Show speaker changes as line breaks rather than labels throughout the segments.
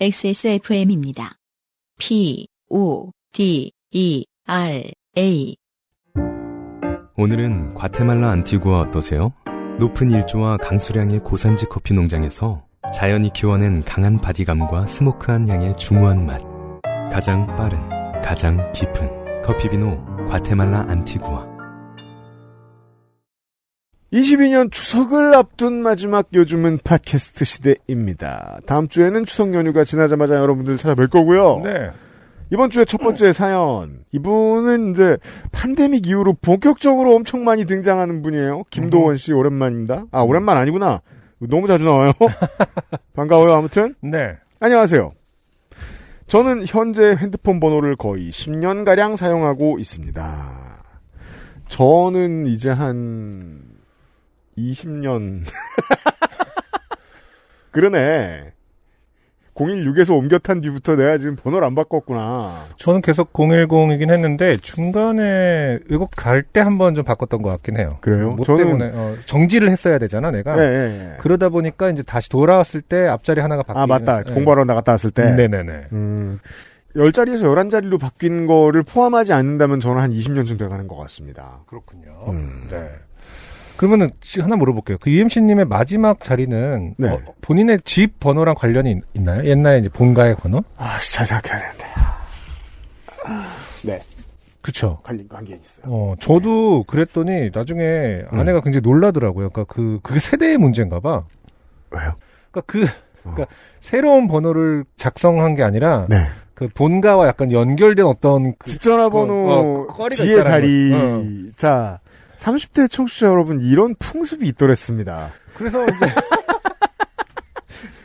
XSFM입니다. P, O, D, E, R, A.
오늘은 과테말라 안티구아 어떠세요? 높은 일조와 강수량의 고산지 커피 농장에서 자연이 키워낸 강한 바디감과 스모크한 향의 중후한 맛. 가장 빠른, 가장 깊은 커피비노 과테말라 안티구아.
22년 추석을 앞둔 마지막 요즘은 팟캐스트 시대입니다. 다음 주에는 추석 연휴가 지나자마자 여러분들 찾아뵐 거고요.
네.
이번 주에 첫 번째 사연. 이분은 이제 팬데믹 이후로 본격적으로 엄청 많이 등장하는 분이에요. 김도원 씨 오랜만입니다. 아, 오랜만 아니구나. 너무 자주 나와요. 반가워요. 아무튼
네.
안녕하세요. 저는 현재 핸드폰 번호를 거의 10년가량 사용하고 있습니다. 저는 이제 한 20년. 그러네. 016에서 옮겨 탄 뒤부터 내가 지금 번호를 안 바꿨구나.
저는 계속 010이긴 했는데 중간에 외국 갈 때 한 번 좀 바꿨던 것 같긴 해요.
그래요?
뭐
저는-
때문에 어, 정지를 했어야 되잖아 내가.
예, 예, 예.
그러다 보니까 이제 다시 돌아왔을 때 앞자리 하나가 바뀌는.
아, 맞다. 공부하러 나갔다 왔을 때.
네네네.
음, 10자리에서 11자리로 바뀐 거를 포함하지 않는다면 저는 한 20년쯤 돼가는 것 같습니다.
그렇군요.
음.
네. 그러면은 지- 하나 물어볼게요. 그 UMC님의 마지막 자리는
네.
어, 본인의 집 번호랑 관련이 있- 있나요? 옛날에 이제 본가의 번호?
아, 진짜 생각해야 되는데. 네,
그쵸.
관련, 관계 있어요.
어, 저도 그랬더니 나중에
음.
아내가 굉장히 놀라더라고요. 그러니까 그 그게 세대의 문제인가 봐.
왜요?
그러니까 그 그러니까 새로운 번호를 작성한 게 아니라
네.
그 본가와 약간 연결된 어떤 그-
집전화번호
어, 어, 거리가 어.
뒤에
있다라는
자리.
거지.
자, 30대 청취자 여러분, 이런 풍습이 있더랬습니다.
그래서 이제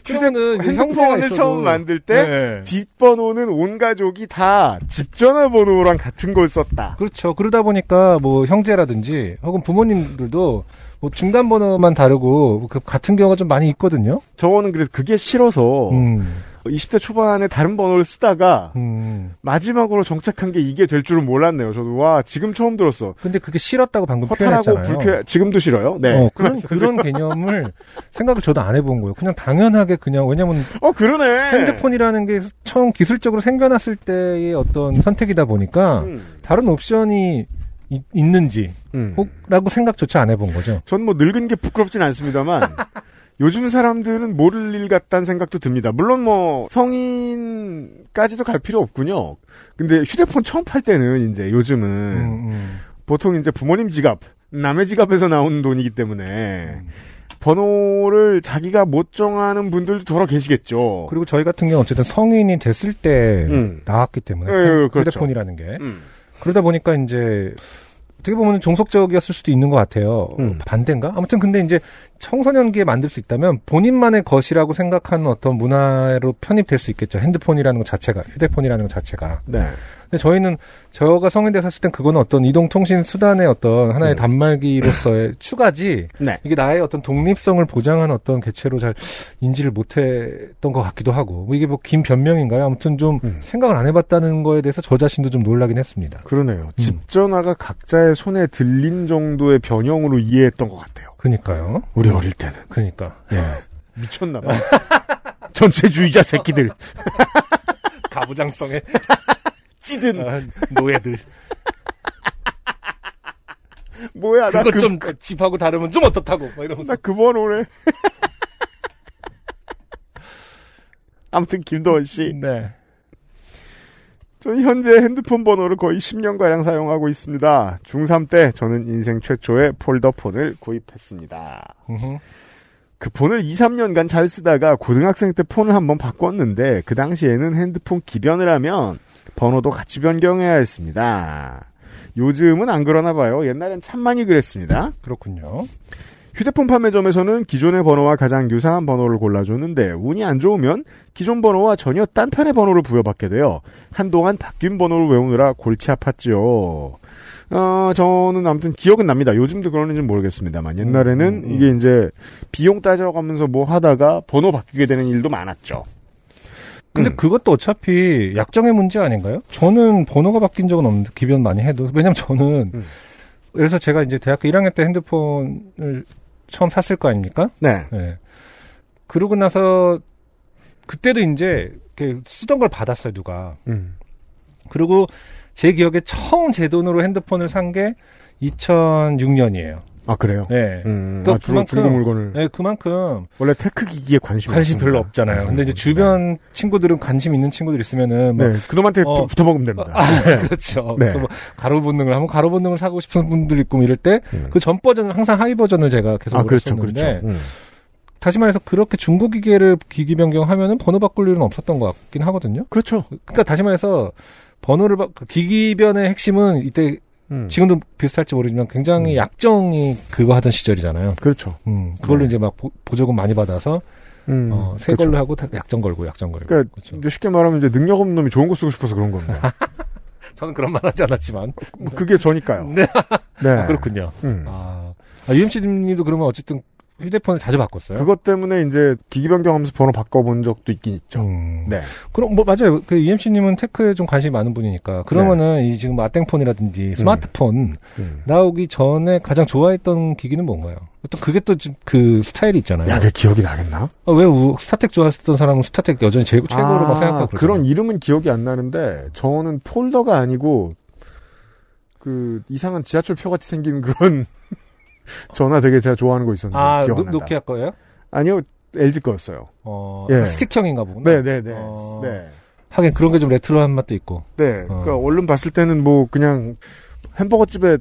그러면은 이제 형제가
핸드폰을
있어도-
처음 만들 때,
네.
뒷번호는 온 가족이 다 집전화번호랑 같은 걸 썼다.
그렇죠. 그러다 보니까 뭐 형제라든지 혹은 부모님들도 뭐 중단 번호만 다르고 그 같은 경우가 좀 많이 있거든요.
저는 그래서 그게 싫어서,
음.
20대 초반에 다른 번호를 쓰다가,
음.
마지막으로 정착한 게 이게 될 줄은 몰랐네요. 저도, 와, 지금 처음 들었어.
근데 그게 싫었다고 방금
허탈하고
표현했잖아요.
불쾌, 지금도 싫어요? 네.
뭐 어, 그런 그런 개념을 생각을 저도 안 해본 거예요. 그냥 당연하게 그냥 왜냐면
어, 그러네.
핸드폰이라는 게 처음 기술적으로 생겨났을 때의 어떤 선택이다 보니까
음,
다른 옵션이 이- 있는지
음.
혹라고 생각조차 안 해본 거죠.
전 뭐 늙은 게 부끄럽진 않습니다만 요즘 사람들은 모를 일 같다는 생각도 듭니다. 물론 뭐 성인까지도 갈 필요 없군요. 근데 휴대폰 처음 팔 때는 이제 요즘은
음, 음.
보통 이제 부모님 지갑, 남의 지갑에서 나온 돈이기 때문에 번호를 자기가 못 정하는 분들도 돌아 계시겠죠.
그리고 저희 같은 경우 는 어쨌든 성인이 됐을 때
어. 음.
나왔기 때문에
예, 예, 그렇죠.
휴대폰이라는 게
음.
그러다 보니까 이제 어떻게 보면 종속적이었을 수도 있는 것 같아요.
음.
반대인가? 아무튼 근데 이제 청소년기에 만들 수 있다면 본인만의 것이라고 생각하는 어떤 문화로 편입될 수 있겠죠. 핸드폰이라는 것 자체가 휴대폰이라는 것 자체가.
네.
근데 저희는 저가 성인 돼서 했을 땐 그거는 어떤 이동통신 수단의 어떤 하나의
음.
단말기로서의 추가지
네.
이게 나의 어떤 독립성을 보장한 어떤 개체로 잘 인지를 못했던 것 같기도 하고 뭐 이게 뭐 긴 변명인가요? 아무튼 좀
음.
생각을 안 해봤다는 거에 대해서 저 자신도 좀 놀라긴 했습니다.
그러네요. 집 전화가 각자의 손에 들린 정도의 변형으로 이해했던 것 같아요.
그니까요. 예.
우리 어릴 때는.
그니까
미쳤나봐. 전체주의자 새끼들.
가부장성의 아,
찌든.
노예들
뭐야, 나 그,
좀 집하고 다르면 좀 어떻다고 막 이러면서
나그 번호래. 아무튼, 김도원 씨.
네.
저는 현재 핸드폰 번호를 거의 10년가량 사용하고 있습니다. 중3 때 저는 인생 최초의 폴더폰을 구입했습니다.
음흠.
그 폰을 2, 3년간 잘 쓰다가 고등학생 때 폰을 한번 바꿨는데 그 당시에는 핸드폰 기변을 하면 번호도 같이 변경해야 했습니다. 요즘은 안 그러나 봐요. 옛날엔 참 많이 그랬습니다.
그렇군요.
휴대폰 판매점에서는 기존의 번호와 가장 유사한 번호를 골라줬는데 운이 안 좋으면 기존 번호와 전혀 딴 편의 번호를 부여받게 되어 한동안 바뀐 번호를 외우느라 골치 아팠지요. 어, 저는 아무튼 기억은 납니다. 요즘도 그러는지는 모르겠습니다만 옛날에는
음, 음, 음.
이게 이제 비용 따져가면서 뭐 하다가 번호 바뀌게 되는 일도 많았죠.
근데
음.
그것도 어차피 약정의 문제 아닌가요? 저는 번호가 바뀐 적은 없는데 기변 많이 해도 왜냐면 저는
음.
그래서 제가 이제 대학교 1학년 때 핸드폰을 처음 샀을 거 아닙니까?
네.
예. 그러고 나서 그때도 이제 이렇게 쓰던 걸 받았어요, 누가.
음.
그리고 제 기억에 처음 제 돈으로 핸드폰을 산 게 2006년이에요.
아 그래요.
예.
음.
또
아, 주로
그만큼-
중고 물건을
예, 그만큼
원래 테크 기기에 관심이
관심 별로
없습니다.
없잖아요.
그래서.
근데 이제 주변 친구들은 관심 있는 친구들 있으면은 뭐
네, 그놈한테
어.
붙- 붙어먹으면 됩니다. 네.
그렇죠.
네.
그래서 뭐 가로 본능을 하면 가로 본능을 사고 싶은 분들 있고 뭐 이럴 때
음.
그 전 버전은 항상 하이 버전을 제가 계속
아
오래
그렇죠,
썼는데
그렇죠. 음.
다시 말해서 그렇게 중고 기계를 기기 변경하면은 번호 바꿀 일은 없었던 것 같긴 하거든요.
그렇죠.
그러니까 다시 말해서 번호를 바- 그 기기변의 핵심은 이때
음.
지금도 비슷할지 모르지만 굉장히
음.
약정이 그거 하던 시절이잖아요.
그렇죠.
음, 그걸로
네.
이제 막 보, 보조금 많이 받아서
음.
어, 새
그렇죠.
걸로 하고 다- 약정 걸고 약정 걸고.
그러니까
그렇죠.
이제 쉽게 말하면 이제 능력 없는 놈이 좋은 거 쓰고 싶어서 그런 겁니다.
저는 그런 말 하지 않았지만.
뭐 그게 저니까요.
네.
네.
아, 그렇군요.
음.
아, 아 UMC님도 그러면 어쨌든 휴대폰을 자주 바꿨어요.
그것 때문에 이제 기기 변경하면서 번호 바꿔본 적도 있긴 있죠.
음.
네.
그럼 뭐 맞아요. 그 UMC님은 테크에 좀 관심이 많은 분이니까 그러면은
네.
이 지금 아땡폰이라든지 스마트폰
음.
나오기 전에 가장 좋아했던 기기는 뭔가요? 또 그게 또 그 스타일이 있잖아요.
음. 야, 내 기억이 나겠나?
아, 왜 우- 스타텍 좋아했던 사람은 스타텍 여전히 최고, 최고로 막 생각하고 그러잖아요.
그런 이름은 기억이 안 나는데 저는 폴더가 아니고 그 이상한 지하철 표 같이 생긴 그런 전화 되게 제가 좋아하는 거 있었는데
아
기억
노,
안 난다.
노키아 거예요?
아니요 LG 거였어요.
어
예.
약간 스틱형인가 보구나.
네네네.
어.
네.
하긴 그런 게 좀 레트로한 맛도 있고.
네. 그러니까 얼른 봤을 때는 뭐 그냥 햄버거 집에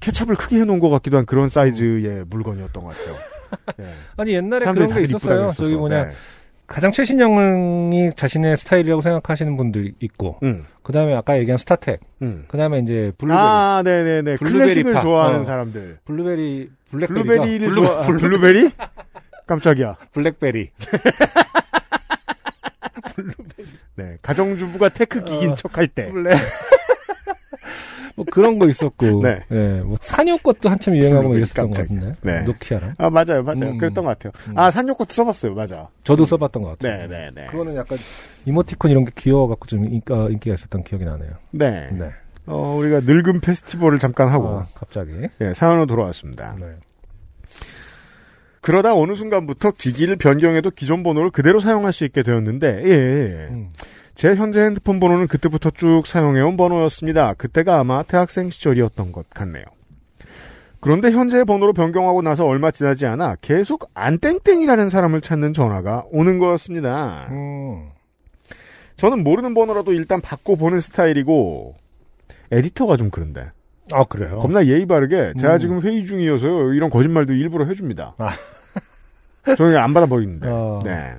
케찹을 크게 해놓은 것 같기도 한 그런 사이즈의 물건이었던 것 같아요. 예.
아니 옛날에
사람들이
음. 그런
다들
게
이쁘다
있었어요.
그랬었어.
저기 뭐냐
네.
가장 최신형이 자신의 스타일이라고 생각하시는 분들 있고
음.
그 다음에 아까 얘기한 스타텍
음.
그 다음에 이제 블루베리
아, 네네네.
블루베리
클래식을
파.
좋아하는
어.
사람들.
블루베리 블랙베리죠.
블루베리를
블루-
좋아, 아,
블루-
블루베리? 깜짝이야.
블랙베리.
네. 가정주부가 테크 기기인
어.
척할 때.
블랙. 뭐 그런 거 있었고,
네.
예, 뭐 산요 것도 한참 유행하고 막 이랬었던 것
깜짝이야.
같은데,
네.
노키아랑
아, 맞아요, 맞아요.
음.
그랬던 것 같아요.
음.
아, 산요코트 써봤어요, 맞아.
저도 써봤던 것 같아요.
음. 네네네.
그거는 약간 이모티콘 이런 게 귀여워갖고 좀 인기가, 인기가 있었던 기억이 나네요.
네.
네.
어, 우리가 늙은 페스티벌을 잠깐 하고,
아, 갑자기.
예, 사연으로 돌아왔습니다.
네.
그러다 어느 순간부터 기기를 변경해도 기존 번호를 그대로 사용할 수 있게 되었는데, 예, 예.
음.
제 현재 핸드폰 번호는 그때부터 쭉 사용해온 번호였습니다. 그때가 아마 대학생 시절이었던 것 같네요. 그런데 현재 번호로 변경하고 나서 얼마 지나지 않아 계속 안땡땡이라는 사람을 찾는 전화가 오는 거였습니다.
음.
저는 모르는 번호라도 일단 받고 보는 스타일이고, 에디터가 좀 그런데.
아, 그래요?
겁나 예의 바르게 제가
음.
지금 회의 중이어서요. 이런 거짓말도 일부러 해줍니다.
아.
저는 그냥 안 받아버리는데.
어.
네.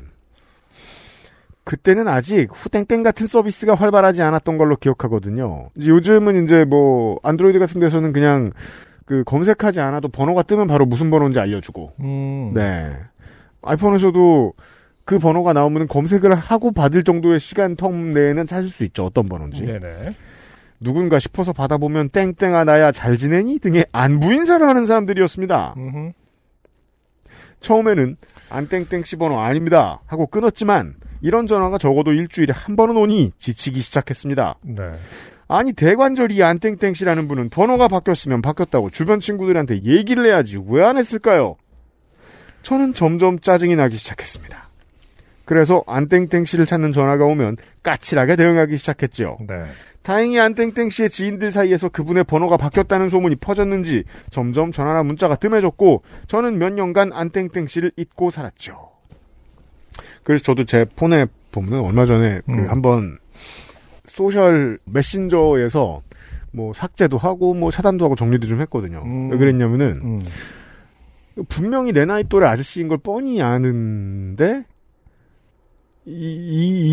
그때는 아직 후땡땡 같은 서비스가 활발하지 않았던 걸로 기억하거든요. 이제 요즘은 이제 뭐 안드로이드 같은 데서는 그냥 그 검색하지 않아도 번호가 뜨면 바로 무슨 번호인지 알려주고.
음.
네. 아이폰에서도 그 번호가 나오면 검색을 하고 받을 정도의 시간 텀 내에는 찾을 수 있죠. 어떤 번호인지.
네네.
누군가 싶어서 받아보면 땡땡아 나야 잘 지내니 등의 안부 인사를 하는 사람들이었습니다.
음흠.
처음에는 안땡땡 씨 번호 아닙니다 하고 끊었지만 이런 전화가 적어도 일주일에 한 번은 오니 지치기 시작했습니다.
네.
아니 대관절 이 안땡땡 씨라는 분은 번호가 바뀌었으면 바뀌었다고 주변 친구들한테 얘기를 해야지 왜 안 했을까요? 저는 점점 짜증이 나기 시작했습니다. 그래서 안땡땡 씨를 찾는 전화가 오면 까칠하게 대응하기 시작했지요.
네.
다행히 안땡땡 씨의 지인들 사이에서 그분의 번호가 바뀌었다는 소문이 퍼졌는지 점점 전화나 문자가 뜸해졌고 저는 몇 년간 안땡땡 씨를 잊고 살았죠. 그래서 저도 제 폰에 보면 얼마 전에 그
음.
한번 소셜 메신저에서 뭐 삭제도 하고 뭐 차단도 하고 정리도 좀 했거든요.
음.
왜 그랬냐면은
음.
분명히 내 나이 또래 아저씨인 걸 뻔히 아는데 이,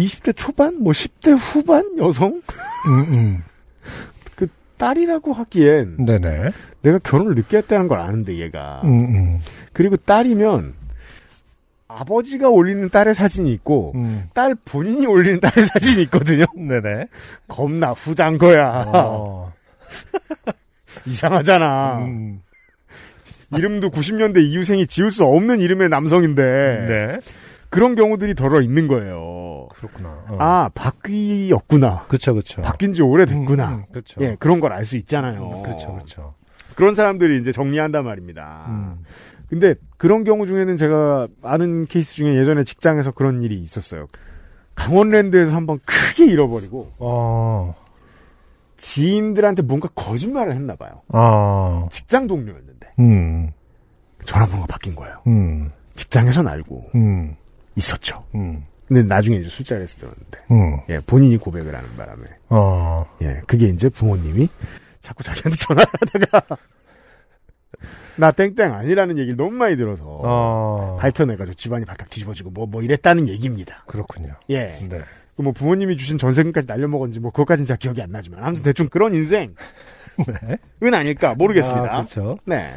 이 20대 초반 뭐 10대 후반 여성 그
음,
딸이라고 하기엔
음. 네네.
내가 결혼을 늦게 했다는 걸 아는데 얘가
음, 음.
그리고 딸이면 아버지가 올리는 딸의 사진이 있고
음.
딸 본인이 올리는 딸의 사진이 있거든요
네네.
겁나 후장 거야
어.
이상하잖아
음.
이름도 90년대 이후생이 지을 수 없는 이름의 남성인데
네.
그런 경우들이 덜어 있는 거예요
그렇구나. 어.
아 바뀌었구나
그쵸, 그쵸.
바뀐 지 오래됐구나
음, 음, 그쵸.
예 그런 걸 알 수 있잖아요
음, 그쵸, 그쵸.
런 사람들이 이제 정리한단 말입니다
음.
근데 그런 경우 중에는 제가 아는 케이스 중에 예전에 직장에서 그런 일이 있었어요. 강원랜드에서 한번 크게 잃어버리고
어,
지인들한테 뭔가 거짓말을 했나 봐요.
아,
직장 동료였는데
음,
전화번호가 바뀐 거예요.
음,
직장에선 알고
음,
있었죠.
음,
근데 나중에 이제 술자리에서 들었는데
음,
예, 본인이 고백을 하는 바람에
어,
예, 그게 이제 부모님이 자꾸 자기한테 전화를 하다가 나 땡땡 아니라는 얘기를 너무 많이 들어서
어,
밝혀내가지고 집안이 바닥 뒤집어지고 뭐 뭐 이랬다는 얘기입니다.
그렇군요.
예.
네.
그뭐 부모님이 주신 전세금까지 날려먹었는지 뭐 그것까지는 잘 기억이 안 나지만 아무튼 대충 그런 인생은
네.
아닐까 모르겠습니다.
아, 그렇죠.
네.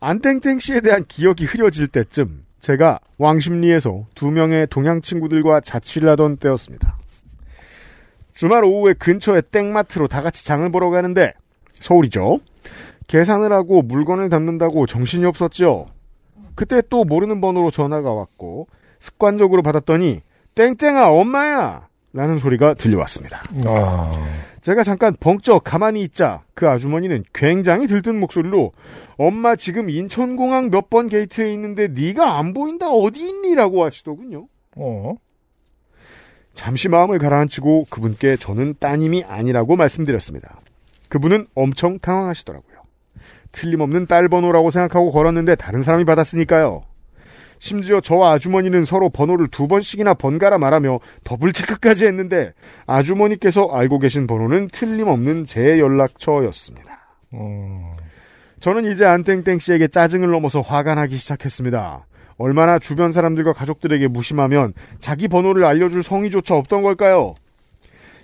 안땡땡 씨에 대한 기억이 흐려질 때쯤 제가 왕십리에서 두 명의 동양 친구들과 자취를 하던 때였습니다. 주말 오후에 근처의 땡마트로 다 같이 장을 보러 가는데 서울이죠. 계산을 하고 물건을 담는다고 정신이 없었죠. 그때 또 모르는 번호로 전화가 왔고 습관적으로 받았더니 땡땡아 엄마야 라는 소리가 들려왔습니다.
아,
제가 잠깐 벙쩍 가만히 있자 그 아주머니는 굉장히 들뜬 목소리로 엄마 지금 인천공항 몇 번 게이트에 있는데 네가 안 보인다 어디 있니라고 하시더군요.
어,
잠시 마음을 가라앉히고 그분께 저는 따님이 아니라고 말씀드렸습니다. 그분은 엄청 당황하시더라고요. 틀림없는 딸 번호라고 생각하고 걸었는데 다른 사람이 받았으니까요. 심지어 저와 아주머니는 서로 번호를 두 번씩이나 번갈아 말하며 더블 체크까지 했는데 아주머니께서 알고 계신 번호는 틀림없는 제 연락처였습니다.
음,
저는 이제 안땡땡 씨에게 짜증을 넘어서 화가 나기 시작했습니다. 얼마나 주변 사람들과 가족들에게 무심하면 자기 번호를 알려줄 성의조차 없던 걸까요?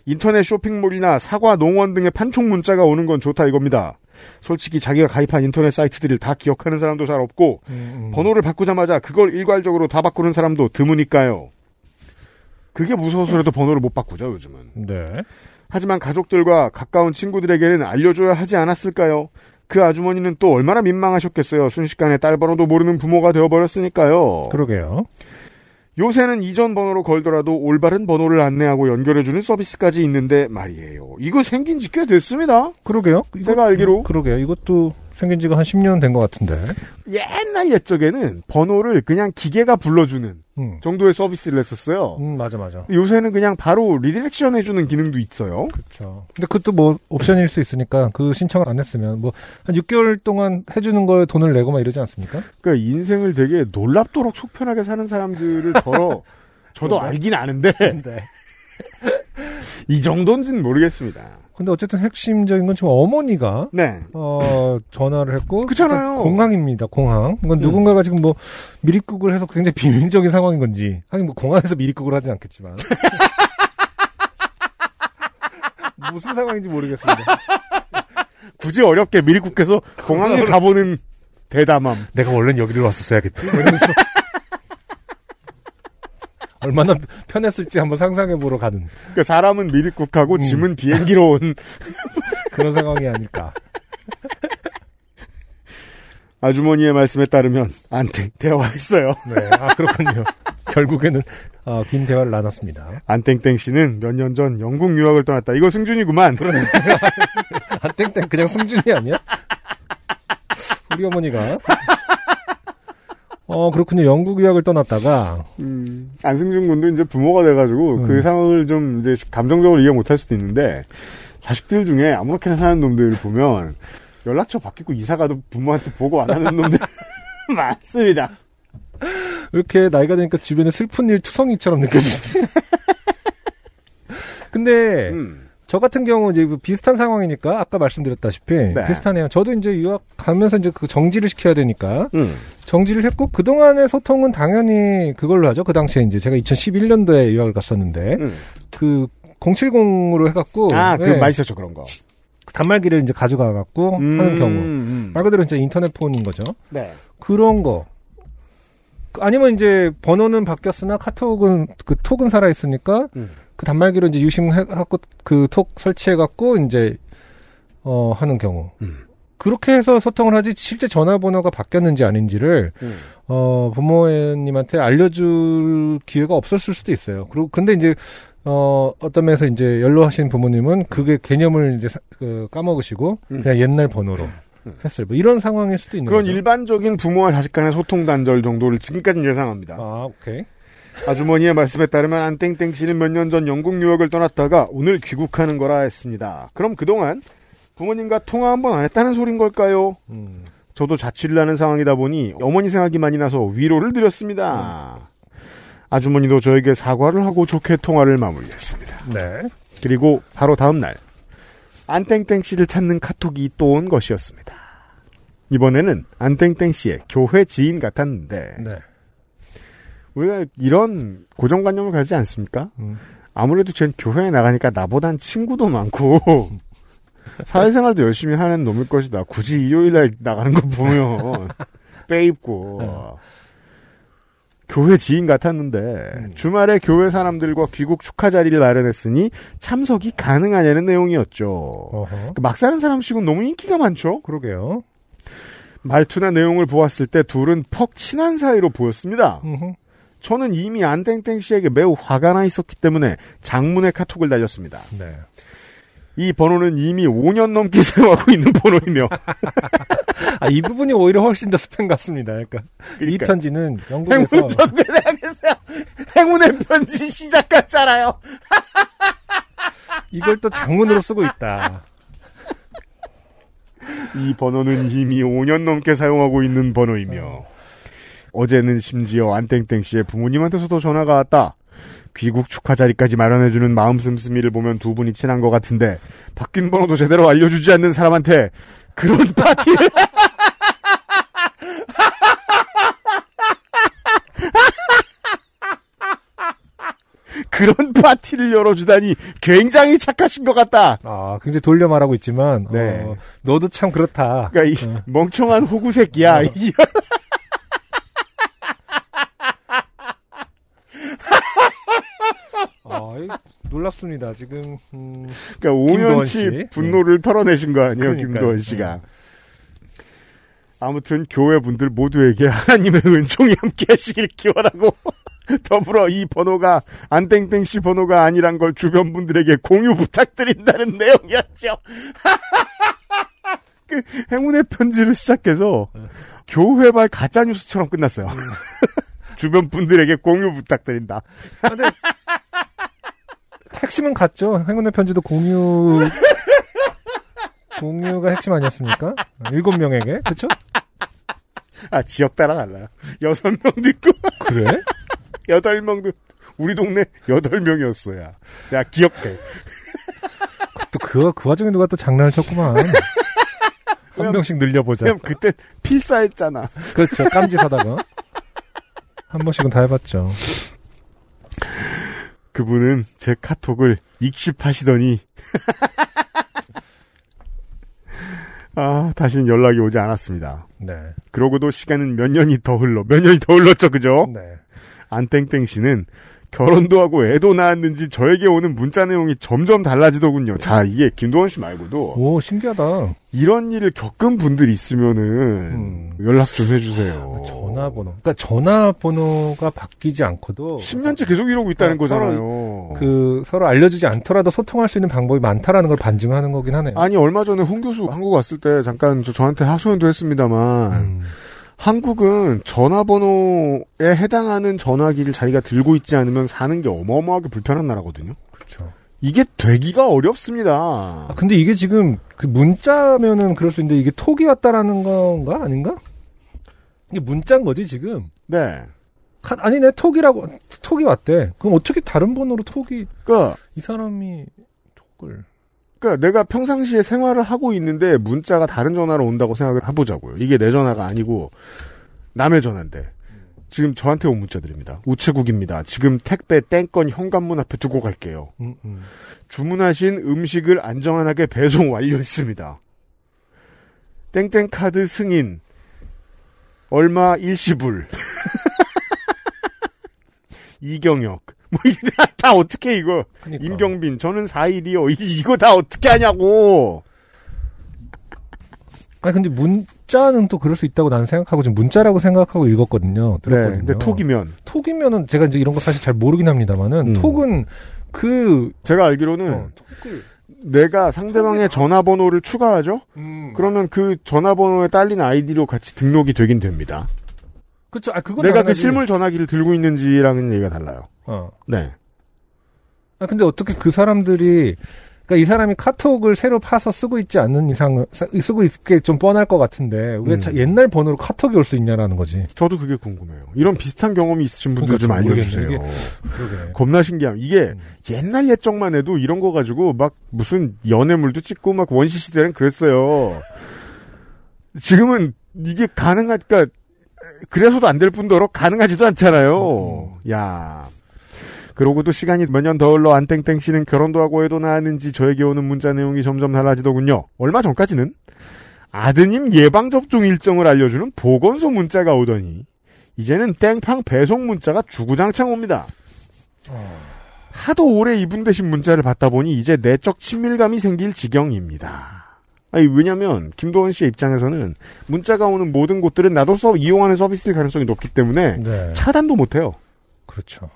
인터넷 쇼핑몰이나 사과 농원 등의 판촉 문자가 오는 건 좋다 이겁니다. 솔직히 자기가 가입한 인터넷 사이트들을 다 기억하는 사람도 잘 없고
음,
번호를 바꾸자마자 그걸 일괄적으로 다 바꾸는 사람도 드무니까요. 그게 무서워서라도 번호를 못 바꾸죠 요즘은.
네.
하지만 가족들과 가까운 친구들에게는 알려줘야 하지 않았을까요? 그 아주머니는 또 얼마나 민망하셨겠어요. 순식간에 딸 번호도 모르는 부모가 되어버렸으니까요.
그러게요.
요새는 이전 번호로 걸더라도 올바른 번호를 안내하고 연결해주는 서비스까지 있는데 말이에요. 이거 생긴 지 꽤 됐습니다.
그러게요.
제가 알기로.
그러게요. 이것도 생긴 지가 한 10년 된 것 같은데.
옛날 옛적에는 번호를 그냥 기계가 불러주는
음.
정도의 서비스를 했었어요.
음, 맞아, 맞아.
요새는 그냥 바로 리디렉션 해주는 기능도 있어요.
그렇죠. 근데 그것도 뭐 옵션일 수 있으니까 그 신청을 안 했으면 뭐 한 6개월 동안 해주는 거에 돈을 내고 막 이러지 않습니까?
그러니까 인생을 되게 놀랍도록 속편하게 사는 사람들을 더러 저도
그런가요?
알긴 아는데
네.
이 정도인지는 모르겠습니다.
근데 어쨌든 핵심적인 건 지금 어머니가
네.
어 전화를 했고
그렇잖아요.
공항입니다. 공항. 이건 누군가가 지금 뭐 미립국을 해서 굉장히 비밀적인 상황인 건지 하긴 뭐 공항에서 미립국을 하진 않겠지만 무슨 상황인지 모르겠습니다.
굳이 어렵게 미리국께서 공항에 가보는 대담함.
내가 원래 여기를 왔었어야겠다. 뭐 이러면서 얼마나 편했을지 한번 상상해 보러 가는
그러니까 사람은 미리국하고 짐은 비행기로 온
그런 상황이 아닐까.
아주머니의 말씀에 따르면 안땡 대화했어요.
네, 아 그렇군요. 결국에는 어, 긴 대화를 나눴습니다.
안땡땡 씨는 몇 년 전 영국 유학을 떠났다. 이거 승준이구만.
아 땡땡 그냥 승준이 아니야? 우리 어머니가 어 그렇군요. 영국 유학을 떠났다가
음, 안승준 군도 이제 부모가 돼가지고
음.
그 상황을 좀 이제 감정적으로 이해 못할 수도 있는데 자식들 중에 아무렇게나 사는 놈들을 보면 연락처 바뀌고 이사가도 부모한테 보고 안 하는 놈들 많습니다.
이렇게 나이가 되니까 주변에 슬픈 일 투성이처럼 느껴지지. 근데
음.
저 같은 경우 이제 그 비슷한 상황이니까 아까 말씀드렸다시피
네.
비슷하네요. 저도 이제 유학 가면서 이제 그 정지를 시켜야 되니까
음.
정지를 했고 그 동안의 소통은 당연히 그걸로 하죠. 그 당시에 이제 제가 2011년도에 유학을 갔었는데
음.
그 070으로 해갖고
아, 그
예,
맛있었죠 그런 거. 음,
단말기를 이제 가져가갖고 하는 경우 아, 말 그대로 이제 인터넷 폰인 거죠.
네.
그런 거 아니면 이제 번호는 바뀌었으나 카톡은 그 톡은 살아 있으니까
음.
그 단말기로 이제 유심해갖고 그 톡 설치해갖고 이제 어 하는 경우
음.
그렇게 해서 소통을 하지 실제 전화번호가 바뀌었는지 아닌지를
음.
어 부모님한테 알려줄 기회가 없었을 수도 있어요. 그리고 근데 이제 어 어떤 면에서 이제 연로하신 부모님은 그게 개념을 이제 사- 그 까먹으시고
음.
그냥 옛날 번호로
음.
했을 뭐 이런 상황일 수도 있는
그런
거죠.
일반적인 부모와 자식 간의 소통 단절 정도를 지금까지는 예상합니다.
아 오케이
아주머니의 말씀에 따르면 안땡땡 씨는 몇 년 전 영국 유학을 떠났다가 오늘 귀국하는 거라 했습니다. 그럼 그동안 부모님과 통화 한 번 안 했다는 소린 걸까요?
음.
저도 자취를 하는 상황이다 보니 어머니 생각이 많이 나서 위로를
음.
드렸습니다. 아주머니도 저에게 사과를 하고 좋게 통화를 마무리했습니다.
네.
그리고 바로 다음 날 안땡땡 씨를 찾는 카톡이 또 온 것이었습니다. 이번에는 안땡땡 씨의 교회 지인 같았는데
네.
우리가 이런 고정관념을 가지 않습니까?
음.
아무래도 쟨 교회에 나가니까 나보단 친구도 많고 사회생활도 열심히 하는 놈일 것이다. 굳이 일요일날 나가는 거 보면
네.
빼입고 교회 지인
음.
같았는데 주말에 교회 사람들과 귀국 축하 자리를 마련했으니 참석이 가능하냐는 내용이었죠. 그러니까
어허.
막 사는 사람씩은 너무 인기가 많죠.
그러게요.
말투나 내용을 보았을 때 둘은 퍽 친한 사이로 보였습니다.
음흠.
저는 이미 안땡땡 씨에게 매우 화가 나 있었기 때문에 장문의 카톡을 달렸습니다.
네.
이 번호는 이미 5년 넘게 사용하고 있는 번호이며
아, 이 부분이 오히려 훨씬 더 스팸 같습니다. 약간. 이
그러니까
편지는 영국에서.
행운의 편지 내야겠어요. 행운의 편지 시작 같잖아요.
이걸 또 장문으로 쓰고 있다.
이 번호는 이미 5년 넘게 사용하고 있는 번호이며 어제는 심지어 안땡땡 씨의 부모님한테서도 전화가 왔다. 귀국 축하 자리까지 마련해주는 마음 씀씀이를 보면 두 분이 친한 것 같은데 바뀐 번호도 제대로 알려주지 않는 사람한테 그런 파티를 그런 파티를 열어주다니 굉장히 착하신 것 같다.
아, 굉장히 돌려 말하고 있지만.
네.
어, 너도 참 그렇다.
그러니까 이 멍청한 호구 새끼야. 이-
아, 이- 놀랍습니다. 지금, 음,
그러니까
김도원 씨. 예.
5년치 분노를 털어내신 거 아니에요,
그러니까요. 예.
김도원 씨가. 아무튼 교회 분들 모두에게 하나님의 은총이 함께하시길 기원하고 더불어 이 번호가 안땡땡 씨 번호가 아니란 걸 주변 분들에게 공유 부탁드린다는 내용이었죠. 그 행운의 편지로 시작해서 교회발 가짜 뉴스처럼 끝났어요. 주변 분들에게 공유 부탁드린다.
아, 핵심은 같죠. 행운의 편지도 공유 공유가 핵심 아니었습니까? 일곱 명에게 그렇죠?
아 지역 따라 달라요. 여섯 명도 있고
그래?
여덟 명도 우리 동네 여덟 명이었어요. 야. 야 기억해.
또그그 와중에 누가 또 장난을 쳤구만. 한 명씩 늘려보자.
왜냐면 그때 필사했잖아.
그렇죠. 깜짓하다가 한 번씩은 다 해봤죠.
그분은 제 카톡을 익십하시더니 아 다시는 연락이 오지 않았습니다.
네.
그러고도 시간은 몇 년이 더 흘러 몇 년이 더 흘렀죠 그죠?
네.
안땡땡 씨는 결혼도 하고 애도 낳았는지 저에게 오는 문자 내용이 점점 달라지더군요. 자 이게 김도원 씨 말고도
오 신기하다.
이런 일을 겪은 분들이 있으면은
음.
연락 좀 해주세요.
전화번호. 그러니까 전화번호가 바뀌지 않고도
10년째 계속 이러고 있다는
어. 네, 서로
거잖아요.
그 서로 알려주지 않더라도 소통할 수 있는 방법이 많다라는 걸 반증하는 거긴 하네요.
아니 얼마 전에 홍 교수 한국 왔을 때 잠깐 저, 저한테 하소연도 했습니다만
음.
한국은 전화번호에 해당하는 전화기를 자기가 들고 있지 않으면 사는 게 어마어마하게 불편한 나라거든요.
그렇죠.
이게 되기가 어렵습니다.
아, 근데 이게 지금 그 문자면은 그럴 수 있는데 이게 톡이 왔다라는 건가 아닌가? 이게 문자인 거지 지금.
네.
가- 아니 내 톡이라고 톡이 왔대. 그럼 어떻게 다른 번호로 톡이
그러니까,
이 사람이 톡을
그러니까 내가 평상시에 생활을 하고 있는데 문자가 다른 전화로 온다고 생각을 해보자고요. 이게 내 전화가 아니고 남의 전화인데. 지금 저한테 온 문자들입니다. 우체국입니다. 지금 택배 땡건 현관문 앞에 두고 갈게요.
음, 음.
주문하신 음식을 안정환하게 배송 완료했습니다. 땡땡 카드 승인. 얼마 일시불. 이경혁. 뭐 이게 다, 다 어떻게 이거?
그러니까.
임경빈. 저는 4일이요. 이거 다 어떻게 하냐고.
아니 근데 문자는 또 그럴 수 있다고 나는 생각하고 지금 문자라고 생각하고 읽었거든요. 들었거든요.
네, 근데 톡이면
톡이면은 제가 이제 이런 거 사실 잘 모르긴 합니다만은
음.
톡은 그
제가 알기로는
어, 톡을
내가 상대방의 전화번호를 추가하죠.
음.
그러면 그 전화번호에 딸린 아이디로 같이 등록이 되긴 됩니다.
그렇죠. 아 그건
내가 그
당연하지.
실물 전화기를 들고 있는지랑은 얘기가 달라요.
어.
네.
아 근데 어떻게 그 사람들이 그러니까 이 사람이 카톡을 새로 파서 쓰고 있지 않는 이상은 사- 쓰고 있게 좀 뻔할 것 같은데 왜 자-
음.
옛날 번호로 카톡이 올 수 있냐라는 거지.
저도 그게 궁금해요. 이런 비슷한 경험이 있으신 분들
그러니까 좀
좀 알려주세요.
모르겠네, 그러게.
겁나 신기함. 이게
음.
옛날 옛적만 해도 이런 거 가지고 막 무슨 연애물도 찍고 막 원시 시대는 그랬어요. 지금은 이게 가능할까? 그래서도 안 될 뿐더러 가능하지도 않잖아요.
음.
야. 그러고도 시간이 몇 년 더 흘러 안땡땡 씨는 결혼도 하고 해도 나았는지 저에게 오는 문자 내용이 점점 달라지더군요. 얼마 전까지는 아드님 예방접종 일정을 알려주는 보건소 문자가 오더니 이제는 땡팡 배송 문자가 주구장창 옵니다. 하도 오래 이분 대신 문자를 받다 보니 이제 내적 친밀감이 생길 지경입니다. 아니, 왜냐면, 김도원 씨의 입장에서는 문자가 오는 모든 곳들은 나도 서, 이용하는 서비스일 가능성이 높기 때문에
네.
차단도 못해요.
그렇죠.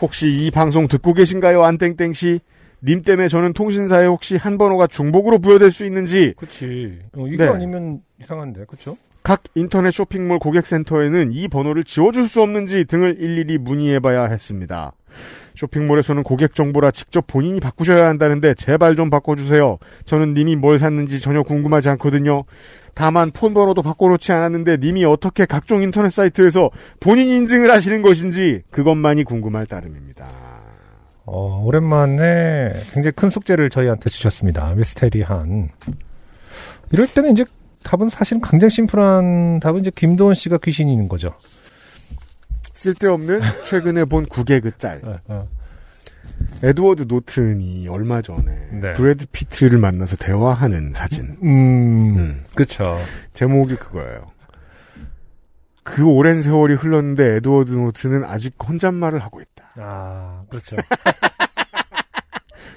혹시 이 방송 듣고 계신가요, 안땡땡 씨? 님 때문에 저는 통신사에 혹시 한 번호가 중복으로 부여될 수 있는지
그렇지. 어, 이거
이거 네.
아니면 이상한데, 그렇죠?
각 인터넷 쇼핑몰 고객센터에는 이 번호를 지워줄 수 없는지 등을 일일이 문의해봐야 했습니다. 쇼핑몰에서는 고객 정보라 직접 본인이 바꾸셔야 한다는데 제발 좀 바꿔주세요. 저는 님이 뭘 샀는지 전혀 궁금하지 않거든요. 다만 폰 번호도 바꿔놓지 않았는데 님이 어떻게 각종 인터넷 사이트에서 본인 인증을 하시는 것인지 그것만이 궁금할 따름입니다.
어, 오랜만에 굉장히 큰 숙제를 저희한테 주셨습니다. 미스테리한. 이럴 때는 이제 답은 사실 굉장히 심플한 답은 이제 김도원 씨가 귀신인 거죠.
쓸데없는 최근에 본 구개그 짤.
네,
에드워드 노튼이 얼마 전에
네.
브래드 피트를 만나서 대화하는 사진.
음,
음.
그쵸.
제목이 그거예요. 그 오랜 세월이 흘렀는데 에드워드 노트는 아직 혼잣말을 하고 있다.
아, 그렇죠.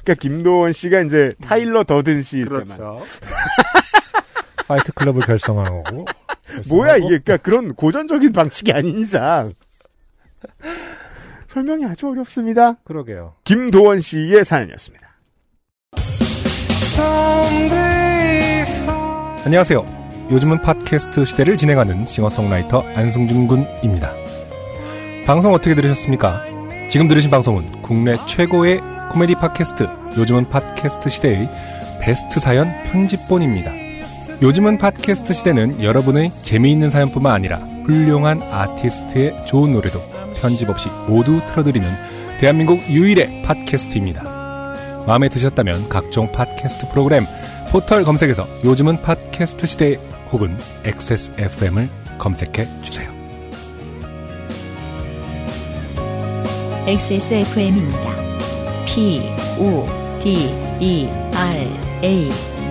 그러니까 김도원 씨가 이제 타일러 더든 씨일 때만.
파이트 클럽을 결성하고.
뭐야
결성하고.
이게? 그러니까 그런 고전적인 방식이 아닌 이상 설명이 아주 어렵습니다.
그러게요.
김도원 씨의 사연이었습니다.
안녕하세요. 요즘은 팟캐스트 시대를 진행하는 싱어송라이터 안승준 군입니다. 방송 어떻게 들으셨습니까? 지금 들으신 방송은 국내 최고의 코미디 팟캐스트 요즘은 팟캐스트 시대의 베스트 사연 편집본입니다. 요즘은 팟캐스트 시대는 여러분의 재미있는 사연뿐만 아니라 훌륭한 아티스트의 좋은 노래도 편집 없이 모두 틀어드리는 대한민국 유일의 팟캐스트입니다. 마음에 드셨다면 각종 팟캐스트 프로그램 포털 검색에서 요즘은 팟캐스트 시대 혹은 XSFM을 검색해 주세요.
XSFM입니다. P, O, D, E, R, A.